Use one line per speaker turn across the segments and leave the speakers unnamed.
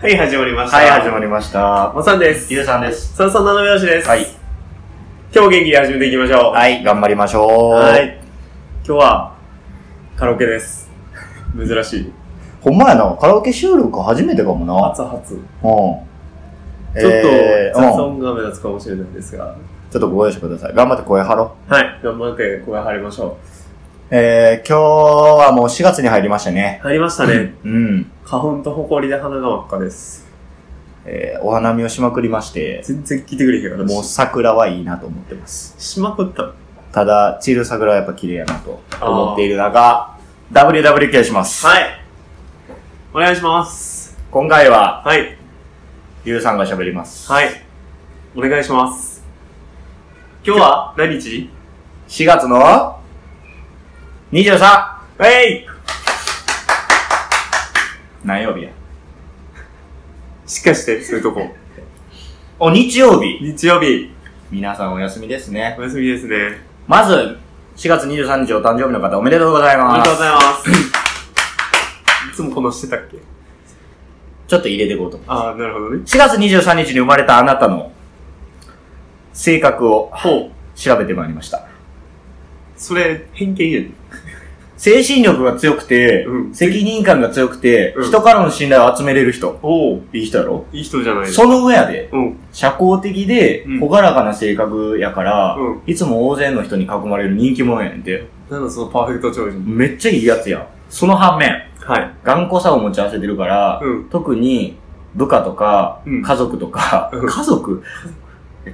はい、始まりました。
はい、始まりました。
まさんです。
ゆうさんです。
さんさん七拍子です。
はい。
今日も元気に始めていきましょう。
はい、頑張りましょう。
はい。。今日は、カラオケです。珍しい。
ほんまやな、カラオケ収録初めてかもな。
初初。ち
うん。
ょっ
え
と、
ー
雑
うん、
音が目立つかもしれないですが。
ちょっとご容赦ください。頑張って声張ろう。
はい。頑張って声張りましょ
えー、今日はもう4月に入りましたね。
う。張りましたね。
うん。
花粉と埃で鼻が真っ赤です。
えー、お花見をしまくりまして、
全然聞いてくれへんから。
もう桜はいいなと思ってます。
しまくった。
ただ、散る桜はやっぱ綺麗やなと思っている中、WWK します。い。
はい。お願いします。
今回は、
はい。
ゆうさんが喋ります。
はい。お願いします。今日は何日
4月の 23!
はい
何曜日や
しっかりして、そういうとこ。
お、日曜日。
日曜日、
皆さんお休みですね。
お休みですね。
まず、4月23日お誕生日の方おめでとうござい
おめ
ま。
ですとうございます。いつもこのしてたっけ
ちょっと入れていこうと思う。
ああ、なるほどね。
4月23日に生まれたあなたの性格を
ほう。
調べてまいりました。
それ、偏見やね
精神力が強くて、
うん
責任感が強くて、
うん
人からの信頼を集めれる人。
おお、
いい人やろ
いい人じゃない
その上やで、
うん。
社交的で
うん、
ほがらかな性格やから、
うん
いつも大勢の人に囲まれる人気者やねんて。
なんだそのパーフェクト超人。
めっちゃいいやつやん。その反面、
はい。
頑固さを持ち合わせてるから、
うん
特に部下とか、
うん
家族とか、
うん
家族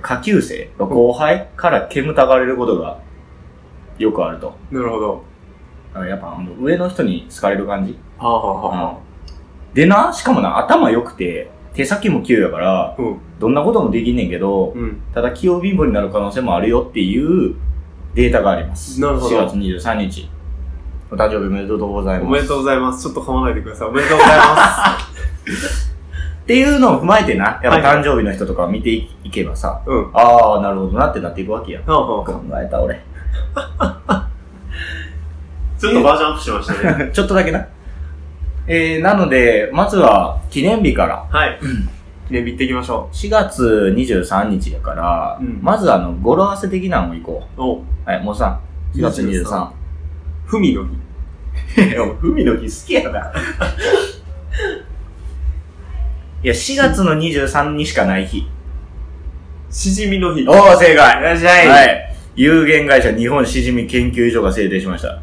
下級生後輩から煙たがれることがよくあると。
なるほど。
あのやっぱあの上の人に好かれる感じ。
はあはあはあ。
でな、しかもな、頭良くて、手先も器用やから、
うん。
どんなこともできんねんけど、
うん。
ただ器用貧乏になる可能性もあるよっていうデータがあります。
なるほど
4月23日。お誕生日おめでとうござい
お
ま
め
す。
でとうございます。ちょっと噛まないでください。おめでとうございま
っていうのを踏まえてな、や
は
っ
い
ぱ誕生日の人とか見ていけばさ、
す。うん。は
ああ、なるほどなってなっていくわけや。考
あはあは
えた俺。
あ。ちょっとバージョンアップしましたね。
ちょっとだけな。えー、なので、まずは記念日から、
はい。ね、行っていきましょ
4月23日やから、
うん
まずあの、語呂合わせ的なのをいこ
う。おう。
う。はい、もうさん、4月23。
ふみの日。
いや、海の日好きやな。いや、4月の23にしかない日。
しじみの日。
おー、正解
いらっしゃい。
は。い。有限会社日本しじみ研究所が制定しました。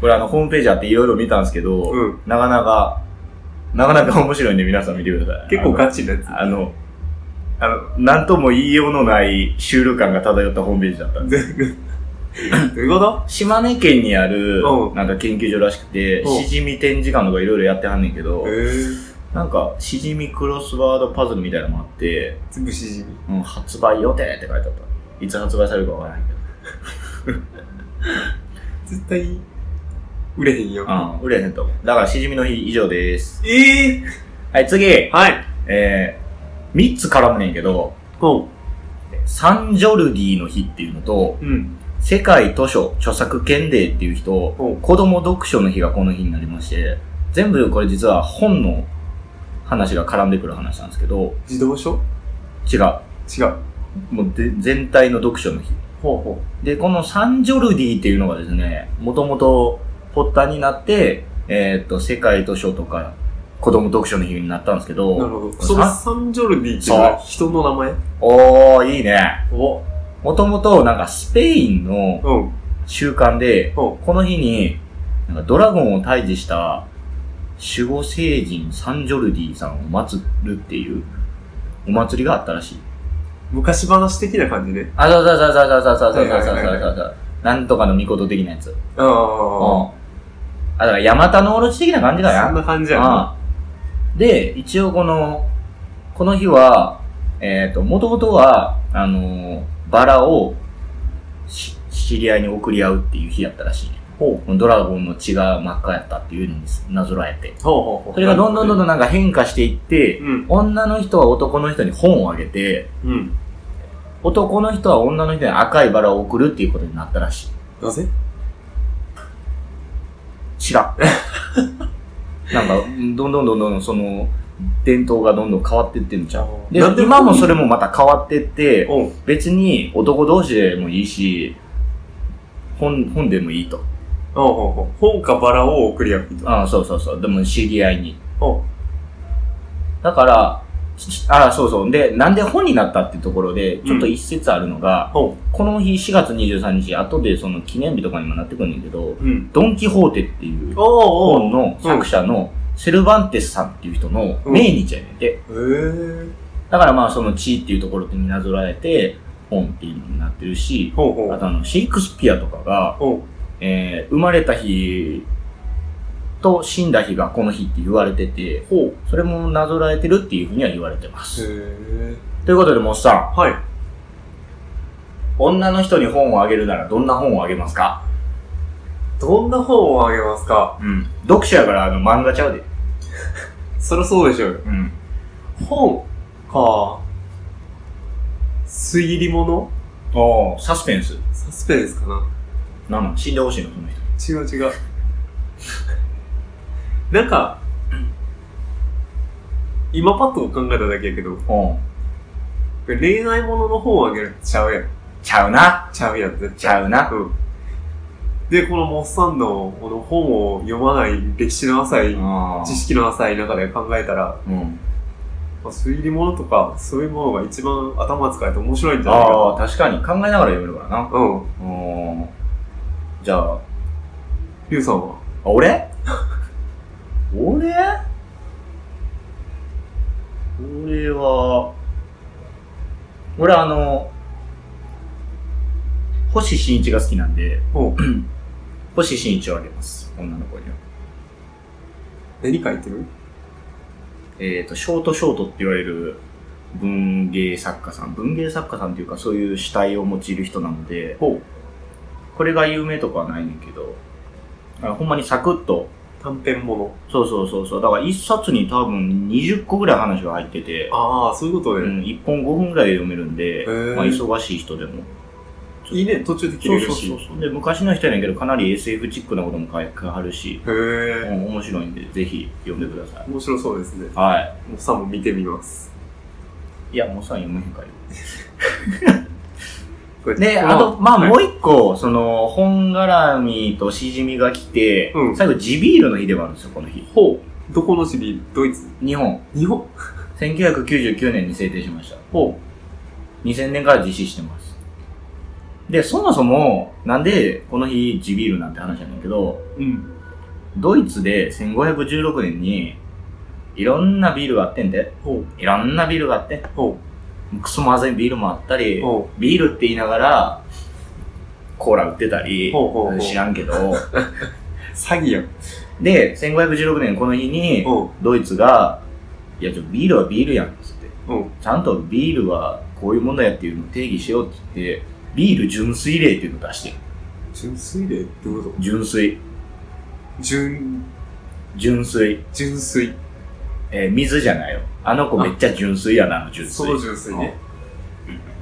これあの、ホームページあっていろいろ見たんですけど、
うん
なかなか、なかなか面白いんで皆さん見てください。
結構ガチなやつ。
あの、あの、あのなんとも言いようのないシュール感が漂ったホームページだったんで
全部どういうこと
す。島根県にある
う、ん
なんか研究所らしくて、
うん
しじみ展示館とかいろいろやってはんねんけど、
ー、
なんか、しじみクロスワードパズルみたいなのもあって、
全部しじみ。
うん、発売予定って書いてあった。いつ発売されるかわからないけど。
絶対、売れへんよ。
うん、売れへんと思う。だから、しじみの日以上です。
ええ
はい、次。
はい。
えー、3つ絡むねんけど、
ほ
サンジョルディの日っていうのと、
う。うん。
世界図書著作権デーっていう日と
ほう、
子供読書の日がこの日になりまして、全部これ実は本の話が絡んでくる話なんですけど、
自動書
違う。
違う。
もうで全体の読書の日。
ほうほ
で、このサンジョルディっていうのがですね、もともと発端になって、えーっと、世界図書とか、子供読書の日になったんですけど、
なるほど。
さ
そのサンジョルディっていうのは人の名前
おー、いいね。
お
もともと、なんかスペインの
うん。
習慣で、
うん
この日に、なんかドラゴンを退治した守護聖人サンジョルディさんを祀るっていうお祭りがあったらしい。
昔話的な感じね。
あ、そうそうそうそうそうそうそうそうそう
はいはいはい
そうそう。なんとかの御事的なやつ。うん。
ああ。
あ、だから、ヤマタノオロチ的な感じだな。
そんな感じやな。
ああで、一応この、この日は、えっ、と、もともとは、あのーバラをし知り合いに送り合うっていう日やったらしいね。
ほ
ドラゴンの血が真っ赤やったっていうのになぞらえて。
う。ほうほうほう。
それがどんどんどんどん
ん。
なんか変化していって、
うん。
女の人は男の人に本をあげて、
うん。
男の人は女の人に赤いバラを送るっていうことになったらしい。
なぜ
知らん。なんか、どんどんどんどん、その、伝統がどんどん変わってってんじゃん
あ。ー
で
なんで、
今もそれもまた変わってって、
うん。
別に男同士でもいいし、本、本でもいいと。
うん。本かバラを送り合う人。
ああ、そうそうそう。でも知り合いに。
うん。
だから、しああ、そうそう。で、なんで本になったってところで、ちょっと
うん
一説あるのが、
うん。
この日4月23日、後でその記念日とかにもなってくるんだけど、
うん。
ドン・キホーテっていう
お
本
う
の作者のセルバンテスさんっていう人の
うん
命日やねんて。
おう。へえ。
だからまあその地位っていうところになぞらえて、本っていうのになってるし、
ほうほ
あ
う。
とあの、シェイクスピアとかが、
ほう。
えー、生まれた日と死んだ日がこの日って言われてて、
ほう。
それもなぞらえてるっていうふうには言われてます。
へえ。
ということで、モスさん、
はい。
女の人に本をあげるならどんな本をあげますか
どんな本をあげますか
うん。読書やから、あの、漫画ちゃうで。
そりゃそうでしょうよ。
うん。
本か。推理物
ああ、サスペンス。
サスペンスかな
なんなん死んでほしいの、その人。
違う違う。 なんか、今パッと考えただけやけど、
うん。
恋愛ものの本をあげるってちゃうやん。
ちゃうな。
ちゃうやん、絶
ちゃうな
対。。うん。で、このモッサンのこの本を読まない歴史の浅い、
あ
知識の浅い中で考えたら、
あ。うん。
まあ、推理物とか、そういうものが一番頭使えて面白いんじゃないか
ああ、確かに。考えながら読めるからな。
な。うん。
うん。じゃあ、あ
リュウさんは
俺俺俺は、俺あの、星新一が好きなんで、
うん。
星新一をあげます。女の子には。
何書いてる
えっ、と、ショートショートって言われる文芸作家さん。文芸作家さんっていうか、そういう主体を用いる人なので、
ほう。
これが有名とかはないねんけど、あほんまにサクッと、
短編物。
そうそうそうそう、だから一冊に多分20個ぐらい話が入ってて、
ああ、そういうこと
う
ね。
ん、1本5分ぐらいで読めるんで、
ー
まあ、忙しい人でも。
いいね、途中で切
そ
れ
う
る
そう
し。
そうそう。で、昔の人やねんけど、かなり SF チックなことも書いてはるし、う
へえ、
ん、面白いんで、ぜひ読んでください。
面白そうですね。
は
もうさも見てみます。
い。いや、もうさ、読めへんからよ
これ
で、
この
あと、まあ、
はい
もう一個、その、本絡みとしじみが来て、
うん
最後、地ビールの日でもあるんですよ、この日。
ほう。どこの市ビドイツ
日本。
日本
1999年に制定しました。
ほ
2000年から実施してます。で、そもそも、なんで、この日、地ビールなんて話なんだけど、
う。うん。
ドイツで1516年に、いろんなビールがあってんで、
ほ
いろんなビールがあって
う。、ほ
クソまずいビールもあったり
う。、ほ
ビールって言いながら、コーラ売ってたり
ほうほうほう、
知らんけど、
う。詐欺やん。
で、1516年この日に、
ほ
ドイツが、いや、ちょ、ビールはビールやん、つって。
う。うん。
ちゃんとビールはこういうものやっていうのを定義しようって言って、ビール純粋例っていうのを出してる。
純粋でってこと
純粋。
純、
純粋。
純粋。
えー水じゃないよ。あの子めっちゃ純粋やな、あの純
そ
粋。
の純粋ね。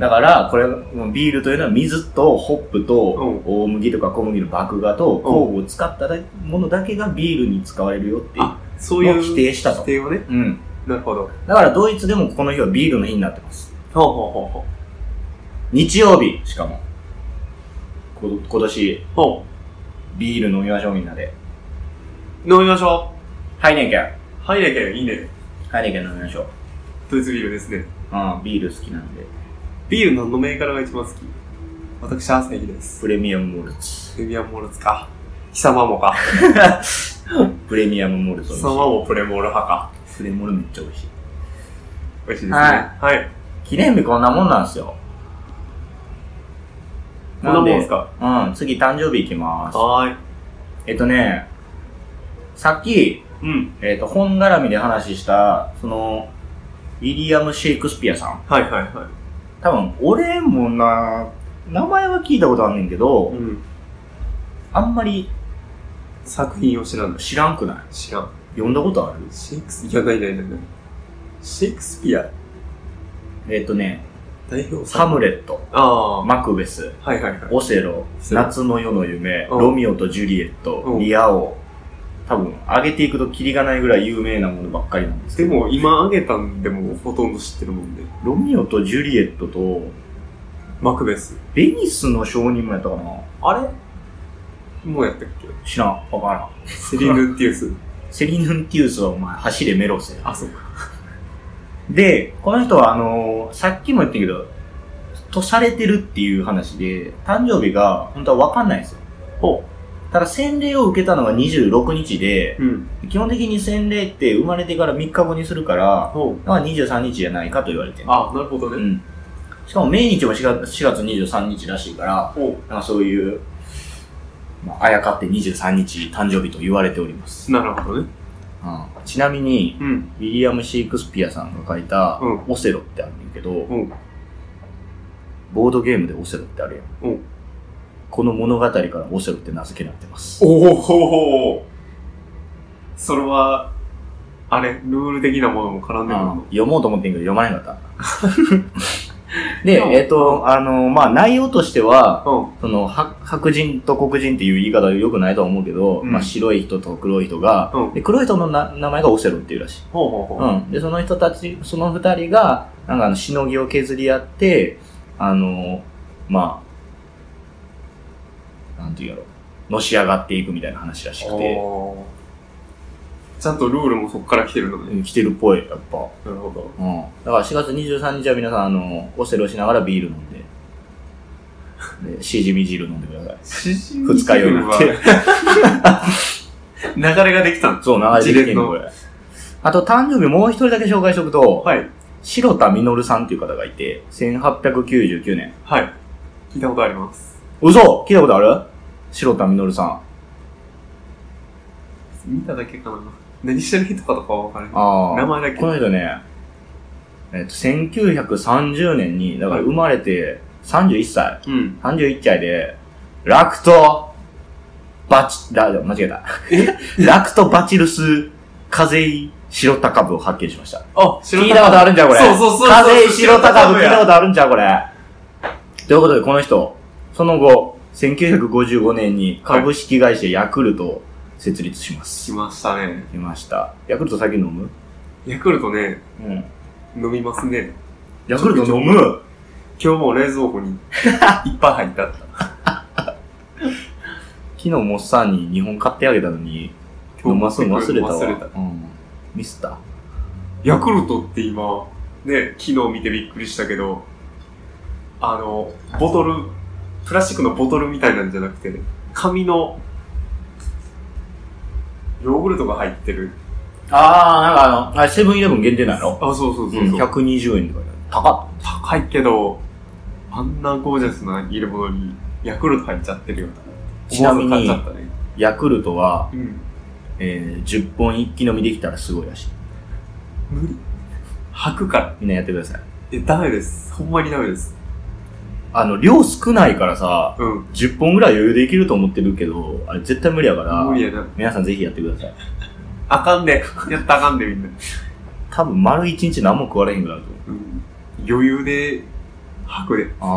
だから、これ、もうビールというのは水とホップと
う
大麦とか小麦の麦芽と酵母を使っただものだけがビールに使われるよっていう。
あ、そういう。
もう否定したと
否定をね。
うん。
なるほど。
だからドイツでもこの日はビールの日になってます。
ほうほうほうほう。
日曜日しかもこ今年
ほ
ビール飲みましょうみんなで
う。飲みましょ
ハイネケン
う。はい、だけいいね。
ハイネケン飲みましょう
ドイツビールですね。
うんビール好きなんで
ビール何の銘柄が一番好き私、アーセネギです。
プレミアムモルツ
プレミアムモルツか。貴様もか。
プレミアムモルツ美
貴
味し
様もプレモル派か。
いプレモルめっちゃ美味しい
美味しいですね。
は
はい。
記念日こんなもんなんすよ
こんなもんですか
なんでうん次誕生日いきます
は
えっとねさっき
ーい。うん。
えっと本絡みで話したそのウィリアム・シェイクスピアさん
はいはいは
多分俺もな名前は聞いたことあんねんけど、
い。うん。
あんまり
作品を知らない。
知らんくない
知らん。
読んだことある
シェイクス、いや、ないないないない。シェイクスピア、
えっ、とね、
代表
ハ
作。
ムレット、
ああー。
マクベス、
はいはいはい。
オセロ、
セロ
夏の夜の夢、
うん
ロミオとジュリエット、
うん
リア王、多分、上げていくとキリがないぐらい有名なものばっかりなんですけ
で
ど。
も、今あげたんでもほとんど知ってるもんね。
ロミオとジュリエットと、
マクベス。
ベニスの証人もやったかな
あれもうやったっけ
知らん。わからん。
セリヌンティウス。
セリヌンティウスはお前、走れメロスや。
あ、そうか。
で、この人はあのーさっきも言ったけど、とされてるっていう話で、誕生日が本当はわかんないんですよ。
ほ
ただ洗礼を受けたのが26日で、
う。うん。
基本的に洗礼って生まれてから3日後にするから、
ほう。
まあ23日じゃないかと言われてる。
あ、なるほど
う
ね。
ん。しかも命日も4月 ,4 月23日らしいから、
ほ
なんかそういう、まああやかって23日誕生日と言われております。
う。なるほどね。
うん、ちなみに、
うん。
ウィリアム・シークスピアさんが書いた
うん
オセロってあるんだけど、
うん。
ボードゲームでオセロってあるやん。
うん
この物語からオセロって名付けられてます。
おおほほそれは、あれ、ルール的なものも絡んでくる
あ
の
読もうと思ってんけど読まなか った。で、
うん
えっ、と、あの、まあ、内容としては、
う
その、は白人と黒人っていう言い方は良くないとは思うけど、
うん
まあ、白い人と黒い人が、
うん
で黒い人のな名前がオセロっていうらしい。
ん。ほうほうほう。
うん。で、その人たち、その二人が、なんかあの、しのぎを削り合って、あの、まあ、なんていうんやろ、のし上がっていくみたいな話らしくて、
おーちゃんとルールもそこから来てるのね。
来てるっぽい、やっぱ。
なるほど。
うん。だから4月23日は皆さん、あの、オセロしながらビール飲んで、でしじみ汁飲んでください。
二
二日酔いになって。
流れができたの。
そう、長い
一
で
連
きん
の
これ。あと、誕生日もう一人だけ紹介しておくと、
はい。
白田実さんっていう方がいて、1899年。
はい。聞いたことあります。
嘘聞いたことある白田実さん。
見ただけかな。何してる人かとかは分からない。
あ
名
あ。
前だけ。
この人ね、えっと、1930年に、だから生まれて31歳、
うん。
31歳で、ラクト、バチ、だ、間違えた。 ラクトバチルス、風邪白高部を発見しました。
あ、
聞いたことあるんじゃん、これ。
そうそうそうそう
風邪白高部聞いた
や
ことあるんじゃん、これ。ということで、この人、その後、1955年に株式会社ヤクルトを設立します。
来ましたね。
来ました。ヤクルト先飲む
ヤクルトね、
うん。
飲みますね。
ヤ
クルト飲
む
今日も冷蔵庫 にいっぱい入った。
昨日もっさんに日本買ってあげたのに、
今
飲
日
ますの忘れたわ。
忘れた。
うん。ミスった。
ヤクルトって今、ね、昨日見てびっくりしたけど、あの、ボトル、プラスチックのボトルみたいなんじゃなくて、紙の、ヨーグルトが入ってる。
あー、なんかあの、あれセブンイレブン限定なの
あ、そうそう
う
そうそ
ん、
う、
120円とかね。高っ。
高いけど、あんなゴージャスな入れ物にヤクルト入っちゃってるよな。
ちなみに
思わず買っちゃったね。
ヤクルトは、
うん。
えー、10本一気飲みできたらすごいらしい。
無理。吐くから。
みんなやってください。
え、ダメです。ほんまにダメです。
あの、量少ないからさ、
うん。
10本ぐらい余裕でいけると思ってるけど、あれ絶対無理やから、
無理やな。
皆さんぜひやってください。
あかんで。やったらあかんで、みんな。
多分丸1日何も食われへんぐらいだと思う。
うん余裕で吐くで。
ああ、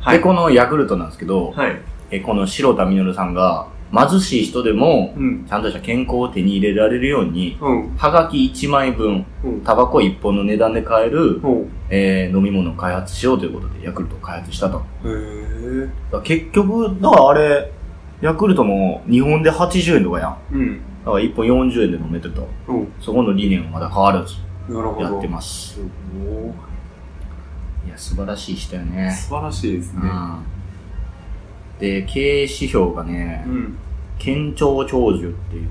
はい。
で、このヤクルトなんですけど、
はい。
えこの白田実さんが貧しい人でも
うん。
ちゃんとした健康を手に入れられるように
うん。
はがき1枚分
うん。
タバコ1本の値段で買える、
うん。
えー飲み物を開発しようということでヤクルトを開発したとだか
へえ。
ら結局だからあれヤクルトも日本で80円とかやん
うん。
だから1本40円で飲めてると
うん。
そこの理念はまだ変わらず
なるほど。
やってます
すごい。
いや素晴らしい人よね
素晴らしいですね。
うんで経営指標がね、
うん。
健長長寿っていう、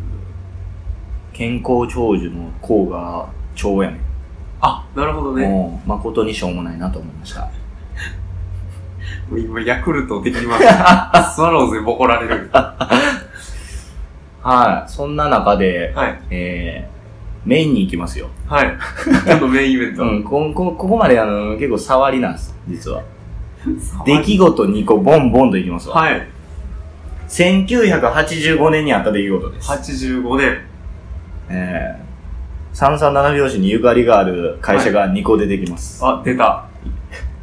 健康長寿の項が長やね
あ、なるほど
ん。
ね。
もう、誠にしょうもないなと思いました。
今、ヤクルトできま した。スワローズにボコられる。
はい。そんな中で、
はい。
えー、メインに行きますよ。
はい。今日のメインイベント。
うん、こ、こ、ここまであの、結構触りなんです、実は。
触り
出来事2個、ボンボンと行きますわ。
はい。
1985年にあった出来事です。
85年。
えー、三三七拍子にゆかりがある会社が2個出てきます。
あ、出た。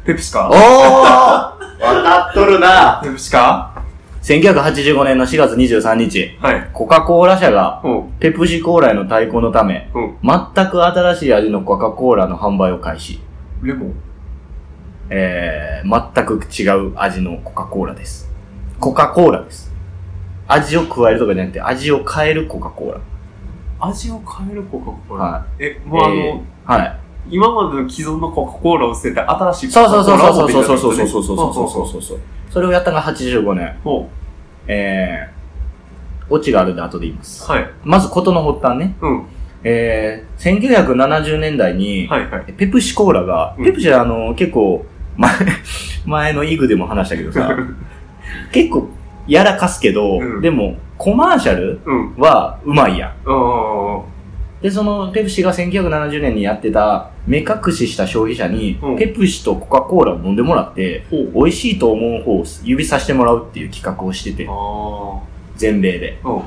ペプシ
お
か
ーわかっとるな
ペプシか
1985年の4月23日、
はい。
コカ・コーラ社が
うん。
ペプシコーラへの対抗のため、
うん。
全く新しい味のコカ・コーラの販売を開始。
レモン。
えー、全く違う味のコカ・コーラです。コカ・コーラです。味を加えるとかじゃなくて、味を変えるコカ・コーラ。
味を変えるコカ・コーラ。
は
え、
い。
もうあの、
えーはい。
今までの既存のコカ・コーラを捨てて、新しいコ
そう
カ・
そ
コ
うそ
ー
う
ラを
そうそうそうそ
持って
う
きたんですね
そうそうそうそうそうそう。それをやったのが85年。
ほう
えー、オチがあるんで後で言います。
はい。
まず事の発端ね。
うん。
えー、1970年代に、
はいはい。
ペプシコーラが、
うん
ペプシはあの、結構、 前、前のイグでも話したけどさ、結構、やらかすけど、
うん
でも、コマーシャル
うん。
は、うまいやん。
ああ。
で、その、ペプシが1970年にやってた、目隠しした消費者に、
うん
ペプシとコカ・コーラを飲んでもらって、
ほう。
美味しいと思う方を指さしてもらうっていう企画をしてて、
あ
全米で。
あ。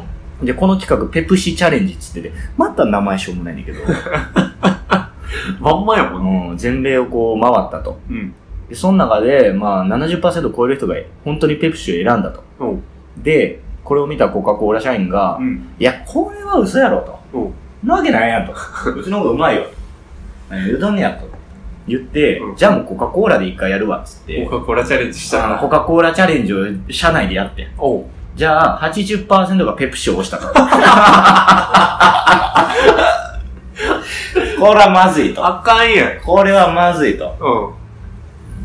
うん。
で、この企画、ペプシチャレンジっつってて、また名前しょうもないんだけど、
まんまやも んね。
うん、全米をこう回ったと。
うん。
で、その中で、まあ70%超える人が本当にペプシを選んだと。
うん。
で、これを見たコカ・コーラ社員が、
うん。
いや、これは嘘やろと。
うん。
なわけない やんと。うちの方がうまいよと。何言うとんねやと。言って、
うん
じゃあもうコカ・コーラで一回やるわ、つって。
コカ・コーラチャレンジした
あのコカ・コーラチャレンジを社内でやって。
おう。
じゃあ、80%がペプシを 押したと。これはまずいと。
あかんやん。
これはまずいと。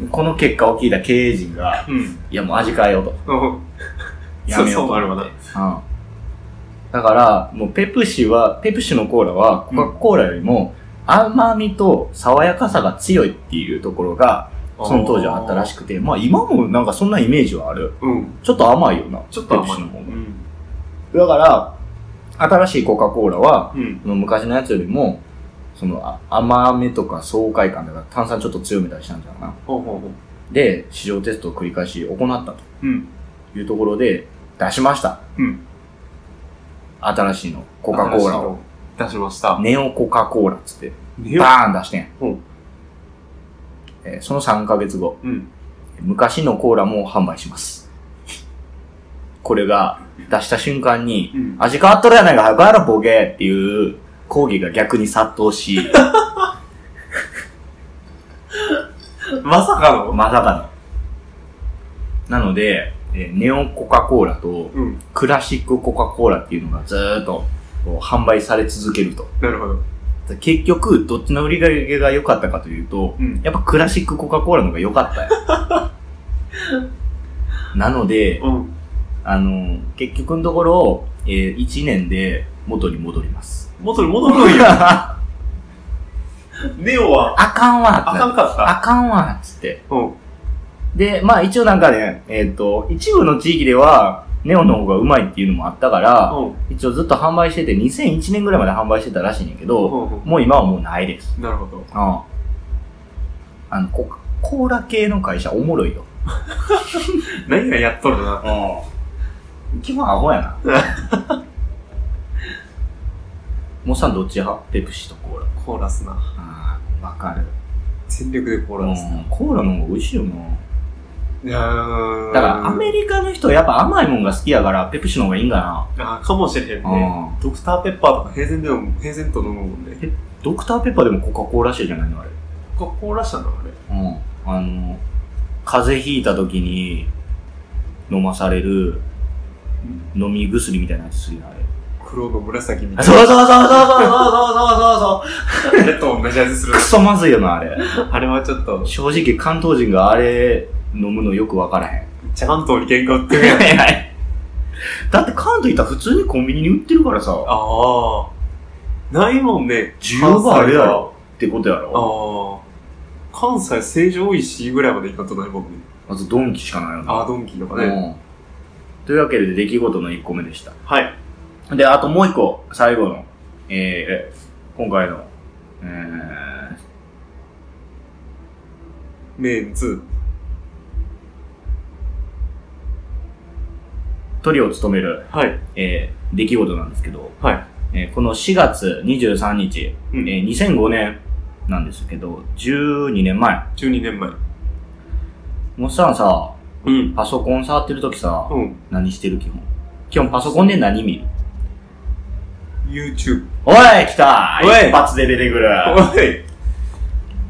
うん。
この結果を聞いた経営陣が、
うん。
いやもう味変えようと。
うん。
やめよ
そ
うと思って
うそうなるわな
うんだから、もうペプシは、ペプシのコーラは、コカ・コーラよりも、甘みと爽やかさが強いっていうところが、その当時はあったらし
く。
くて、まあ今もなんかそんなイメージはある。
うん。
ちょっと甘いよな。
ちょっと甘
ペプ
い。
シの方
うん。
が。だから、新しいコカ・コーラは、
うん。
その昔のやつよりも、そのあ甘めとか爽快感だから炭酸ちょっと強めたりしたんじゃうかな。
ほうほうほう。
で、市場テストを繰り返し行ったと
うん。
いうところで、出しました。
うん。
新しいの、コカ・コーラを。
出しました。
ネオコカ・コーラっつって、
ね
バーン出してん。
うん
えーその3ヶ月後、
うん。
昔のコーラも販売します。 これが出した瞬間に、
うん。
味変わっとるやないか、早くやろ、ボケーっていう抗議が逆に殺到 し、
まさかの
まさかの。なので、えーネオコカ・コーラと
うん。
クラシックコカ・コーラっていうのがずーっとこう販売され続けると。
なるほど。
結局、どっちの売り上げが良かったかというと、
うん。
やっぱクラシックコカ・コーラの方が良かったよ。 なので、
うん。
あの、結局のところ、えー、1年で元に戻ります。
元に戻るん や。
あ
ネオは、
かんわ
あ
っ
か
つっ。
んかった
あかんわっつって。
た。うん。
で、まあ一応なんかね、えっ、と、一部の地域では、ネオンの方がうまいっていうのもあったから、
うん。
一応ずっと販売してて、2001年ぐらいまで販売してたらしいんやけど、
うん
もう今はもうないです。
なるほど。
あああの、コカコーラ系の会社おもろいよ。
何がやっとるな。
うん。基本アホやな。 モッさんどっち派ペプシとコーラ。
コーラスな。
ああ、わかる。
全力でコー
う
ラスな。
んコーラの方が美味しいよな。
いやー
だからアメリカの人はやっぱ甘いもんが好きやから、ペプシの方がいいんか
あーかもしれへん
な。
ね。ドクターペッパーとか平然でも、平然と飲むもんね。
ドクターペッパーでもコカ・コーラ社じゃないのあれ。
コカ・コーラ社なのあれ。
うん。あの、風邪ひいた時に飲まされる飲み薬みたいなやつ好きなあれ。
黒の紫みた
あ
い
そうそうそうそうそうそうそうそうそう
な。あれと同じ味する
ク。ソまずいよな、あれ。
あれはちょっと、
正直関東人があれ飲むのよくわから へん。
ちゃんとに喧嘩売ってるやん。
だって関東行ったら普通にコンビニに売ってるからさ、
ああ。ないもんね。
需要があるや
関
ろってことや
西
ろ。
は。ああ。関西、成城石井ぐらいまで行かんとないもんね。
まずドンキしかないよ
あ
な。
あ、ドンキとかね。
うんというわけで出来事の1個目でし
はい。
た。で、あともう1個、最後の、えー、今回の、えー、
メンツ。
トリを務める、
はい。
えー、出来事なんですけど、
はい。
えーこの4月23日、
う
え
ん。
ー、2005年なんですけど、12年前。
12年前。
もっさんさ、
うん。
パソコン触ってる時さ、
うん。
何してる基本。基本パソコンで何見る
YouTube。
おい来た
おい
一発で出てくる
お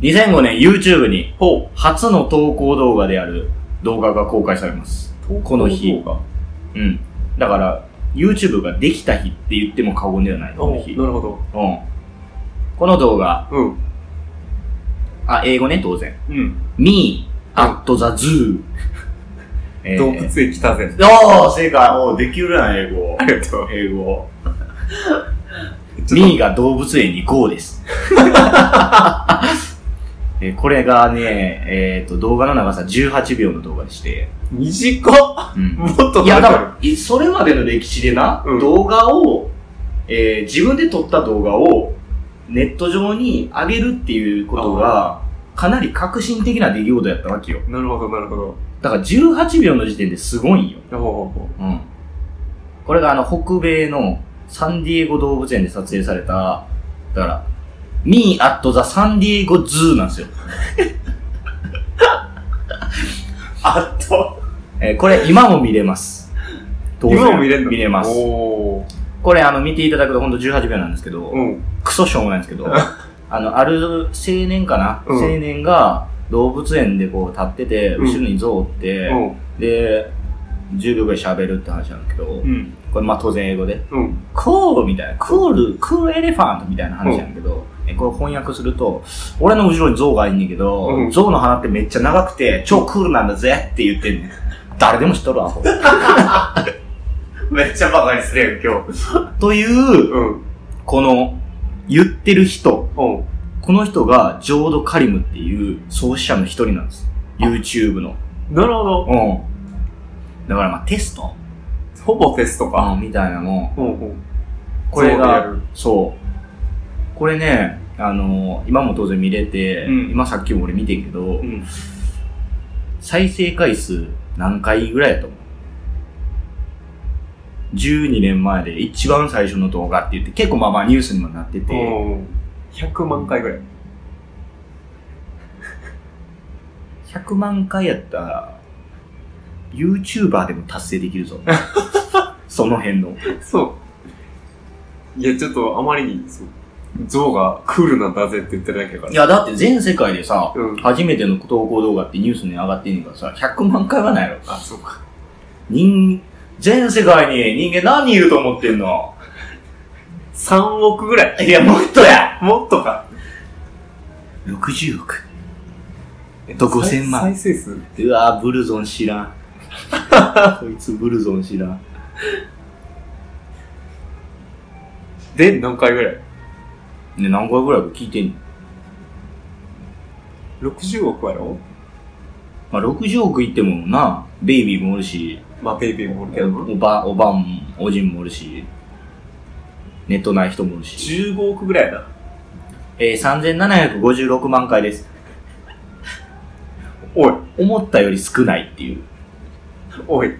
い。
!2005 年 YouTube に
ほ
初の投稿動画である動画が公開されます。
う。
この日
が。
うん。だから、YouTube ができた日って言っても過言ではない、こ
お
の
な
日。
る
うん。
ほど。
この動画、
うん。
あ、英語ね、当然。
うん。
me at the zoo. えー
動物園来たぜ。
おー、正解。おー、できるな、英語
あ。りがとう。
英 語。
ちょっ
me が動物園に go です。えーこれがね、えっ、と、動画の長さ18秒の動画でして。
と短っ
うん
もっと
いや、だ
長
から、いそれまでの歴史でな、
うん
動画を、えー自分で撮った動画をネット上に上げるっていうことが、かなり革新的な出来事やったわけよ。
なるほど、なるほど。
だから18秒の時点ですごいんよ。
ほうほうほ
うん。これがあの、北米のサンディエゴ動物園で撮影された、だから、Me at the San Diego Zoo なんですよ。
あっと。
えーこれ今も見れます。当然
今も見れんの
見れます。
おー。
これあの、見ていただくとほんと18秒なんですけど、
うん。
クソしょうもないんです けど、あの、ある青年かな、
うん
青年が動物園でこう立ってて、
うん
後ろに象おって、
うん。
で、10秒ぐらい喋るって話なんですけど、
うん。
これまあ当然英語で、
うん。
コールみたいな、クール、クールエレファントみたいな話なんだけど、えこれ翻訳すると、俺の後ろに象がいんねんけど、
うん
象の鼻ってめっちゃ長くて、超クールなんだぜって言っ てんねん。誰でも知っとるわ、アホ
めっちゃバカにするやん、今日。
という、
うん。
この、言ってる人、
うん。
この人がジョード・カリムっていう創始者の一人なんです。YouTube の。
なるほど。
うん。だからまあテスト、
ほぼテストか。
うんみたいなの
う
を、
んうん。
これ
そうでや
が
る、
そう。これね、あの今も当然見れて、
うん
今さっきも俺見てんけど、
うん。
再生回数何回ぐらいやと思う ?12 年前で一番最初の動画って言って、結構まあまあニュースにもなってて、
うん。100万回ぐらい。
100万回やったら、YouTuber でも達成でき るぞ。その辺の。
そう。いや、ちょっとあまりに、そう。象がクールなんだぜって言ってるだけやから
い。や、だって全世界でさ、
うん
初めての投稿動画ってニュースに上がってんねんからさ、100万回はないやろ。
あ、そうか。
人、全世界に人間何人いると思ってんの
3億ぐらい。
いや、もっとや
もっとか。
!60 億。と5000万
再再生数
うわぁ、ブルゾン知らん。 こいつブルゾン知らん。
で何回ぐらい
ね、何回ぐらいか聞いてんの
?60 億やろ
まあ、60億いってもな、ベイビーもおるし、
まあ、ベイビーもおるけどな。
おば、おばんも、おじんもおるし、ネットない人もおるし。
15億ぐらいやな。
えー、3756万回です。
おい、
思ったより少ないっていう。
おい。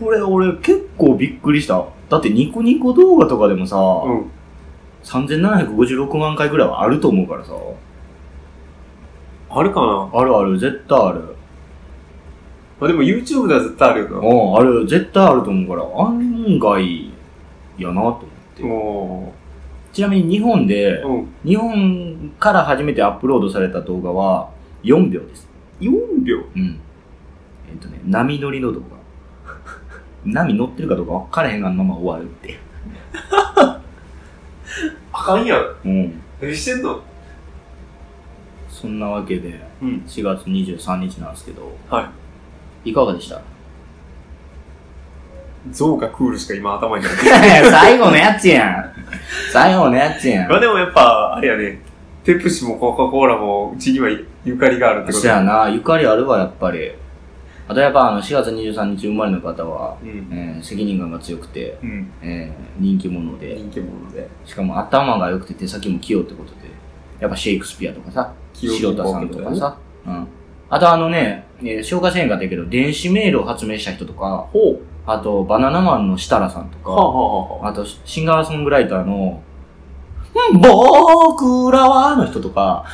これ俺結構びっくりした。だってニコニコ動画とかでもさ、
うん。
3756万回ぐらいはあると思うからさ。
あるかな
あるある、絶対ある。
まあ、でも YouTube では絶対あるよ
うん、ある、絶対あると思うから、案外、やなと思って。
な。も
ちなみに日本で
う、、うん。
日本から初めてアップロードされた動画は4秒です。
4秒
うん。えっ、とね、波乗りの動画。 波乗ってるかどうか分からへんがまま終わるって。
あかんやん。
うん。
何してんの
そんなわけで、
うん。
4月23日なんですけど、。
はい
いかがでした
象がクールしか今頭にない。
最後のやつやん。最後のやつや
まあ
ん。
でもやっぱ、あれやね、ペプシもコカ・コーラもうちにはゆかりがあるってこと
そやな、ゆかりあるわ、やっぱり。あとやっぱあの、4月23日生まれの方は、
うん。
えー責任感が強くて、
うん。
えー人気者で、
人気者で。
しかも頭が良くて手先も器用ってことで、やっぱシェイクスピアとかさ、白田さんとかさ、うん。あとあのね、えー紹介せへんかったけど、電子メールを発明した人とか、
ほう。
あとバナナマンの設楽さんと
はあ、
か、
はあはあ、
あとシンガーソングライターの、ん僕らはの人とか、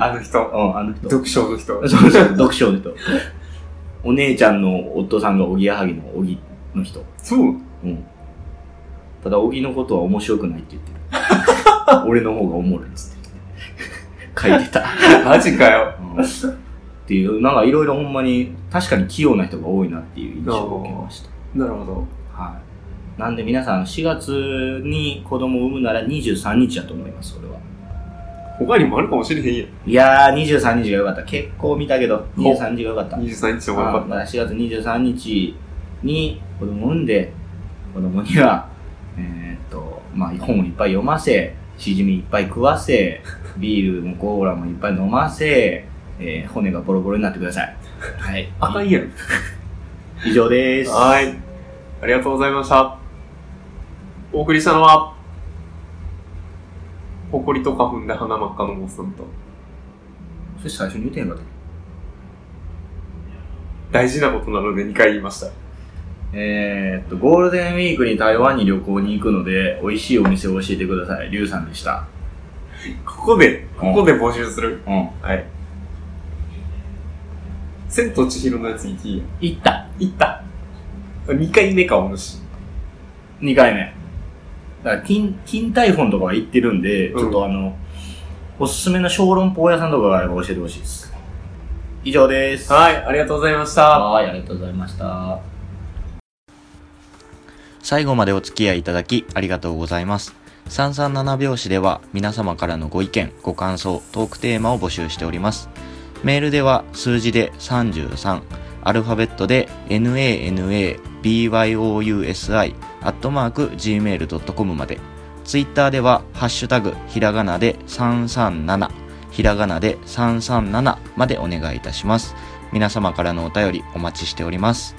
あの人。
うん、あの人。
読書の人。
そうそう、読書の人。お姉ちゃんの夫さんがおぎやはぎのおぎの人。
そう。
うん。ただ、おぎのことは面白くないって言ってる。俺の方がおもろいっつって言って。書いてた。
マジかよ。
うんっていう、なんかいろいろほんまに、確かに器用な人が多いなっていう印象を受けました。
なるほど。
はい。なんで皆さん、4月に子供を産むなら23日だと思います、それは。
他にもあるかもしれへんやん。
いやー、23日が良かった。結構見たけど、23日が良かった。
23日も
ま
よ
あ
かっ
まだ4月23日に子供を産んで、子供には、えーっと、まあ、本をいっぱい読ませ、しじみいっぱい食わ せ、ビールもコーラもいっぱい飲ませ、えー骨がボロボロになってください。 はい。
た。あかんやん。
以上です。
はい。ありがとうございました。お送りしたのは、ほこりとか踏んで鼻真っ赤のおっさんと、
それ最初に言うてへんかった。
大事なことなので2回言いました。
えーっと、ゴールデンウィークに台湾に旅行に行くので、美味しいお店を教えてください。リュウさんでした。
ここで、ここで募集する。
うん。
はい。千と千尋のやつ行きいや。
行った。
行った。2回目か、お主。
2回目。だから、金、金台本とかは行ってるんで、
うん
ちょっとあの、おすすめの小籠包屋さんとかがあれば教えてほしいです。以上です。
はい、ありがとうございました。
はい、ありがとうございました。
最後までお付き合いいただきありがとうございます。337拍子では皆様からのご意見、ご感想、トークテーマを募集しております。メールでは数字で33、アルファベットで nanabyousi、アットマーク gmail.com まで。ツイッターではハッシュタグ、ひらがなで337、ひらがなで337までお願いいたします。皆様からのお便りお待ちしております。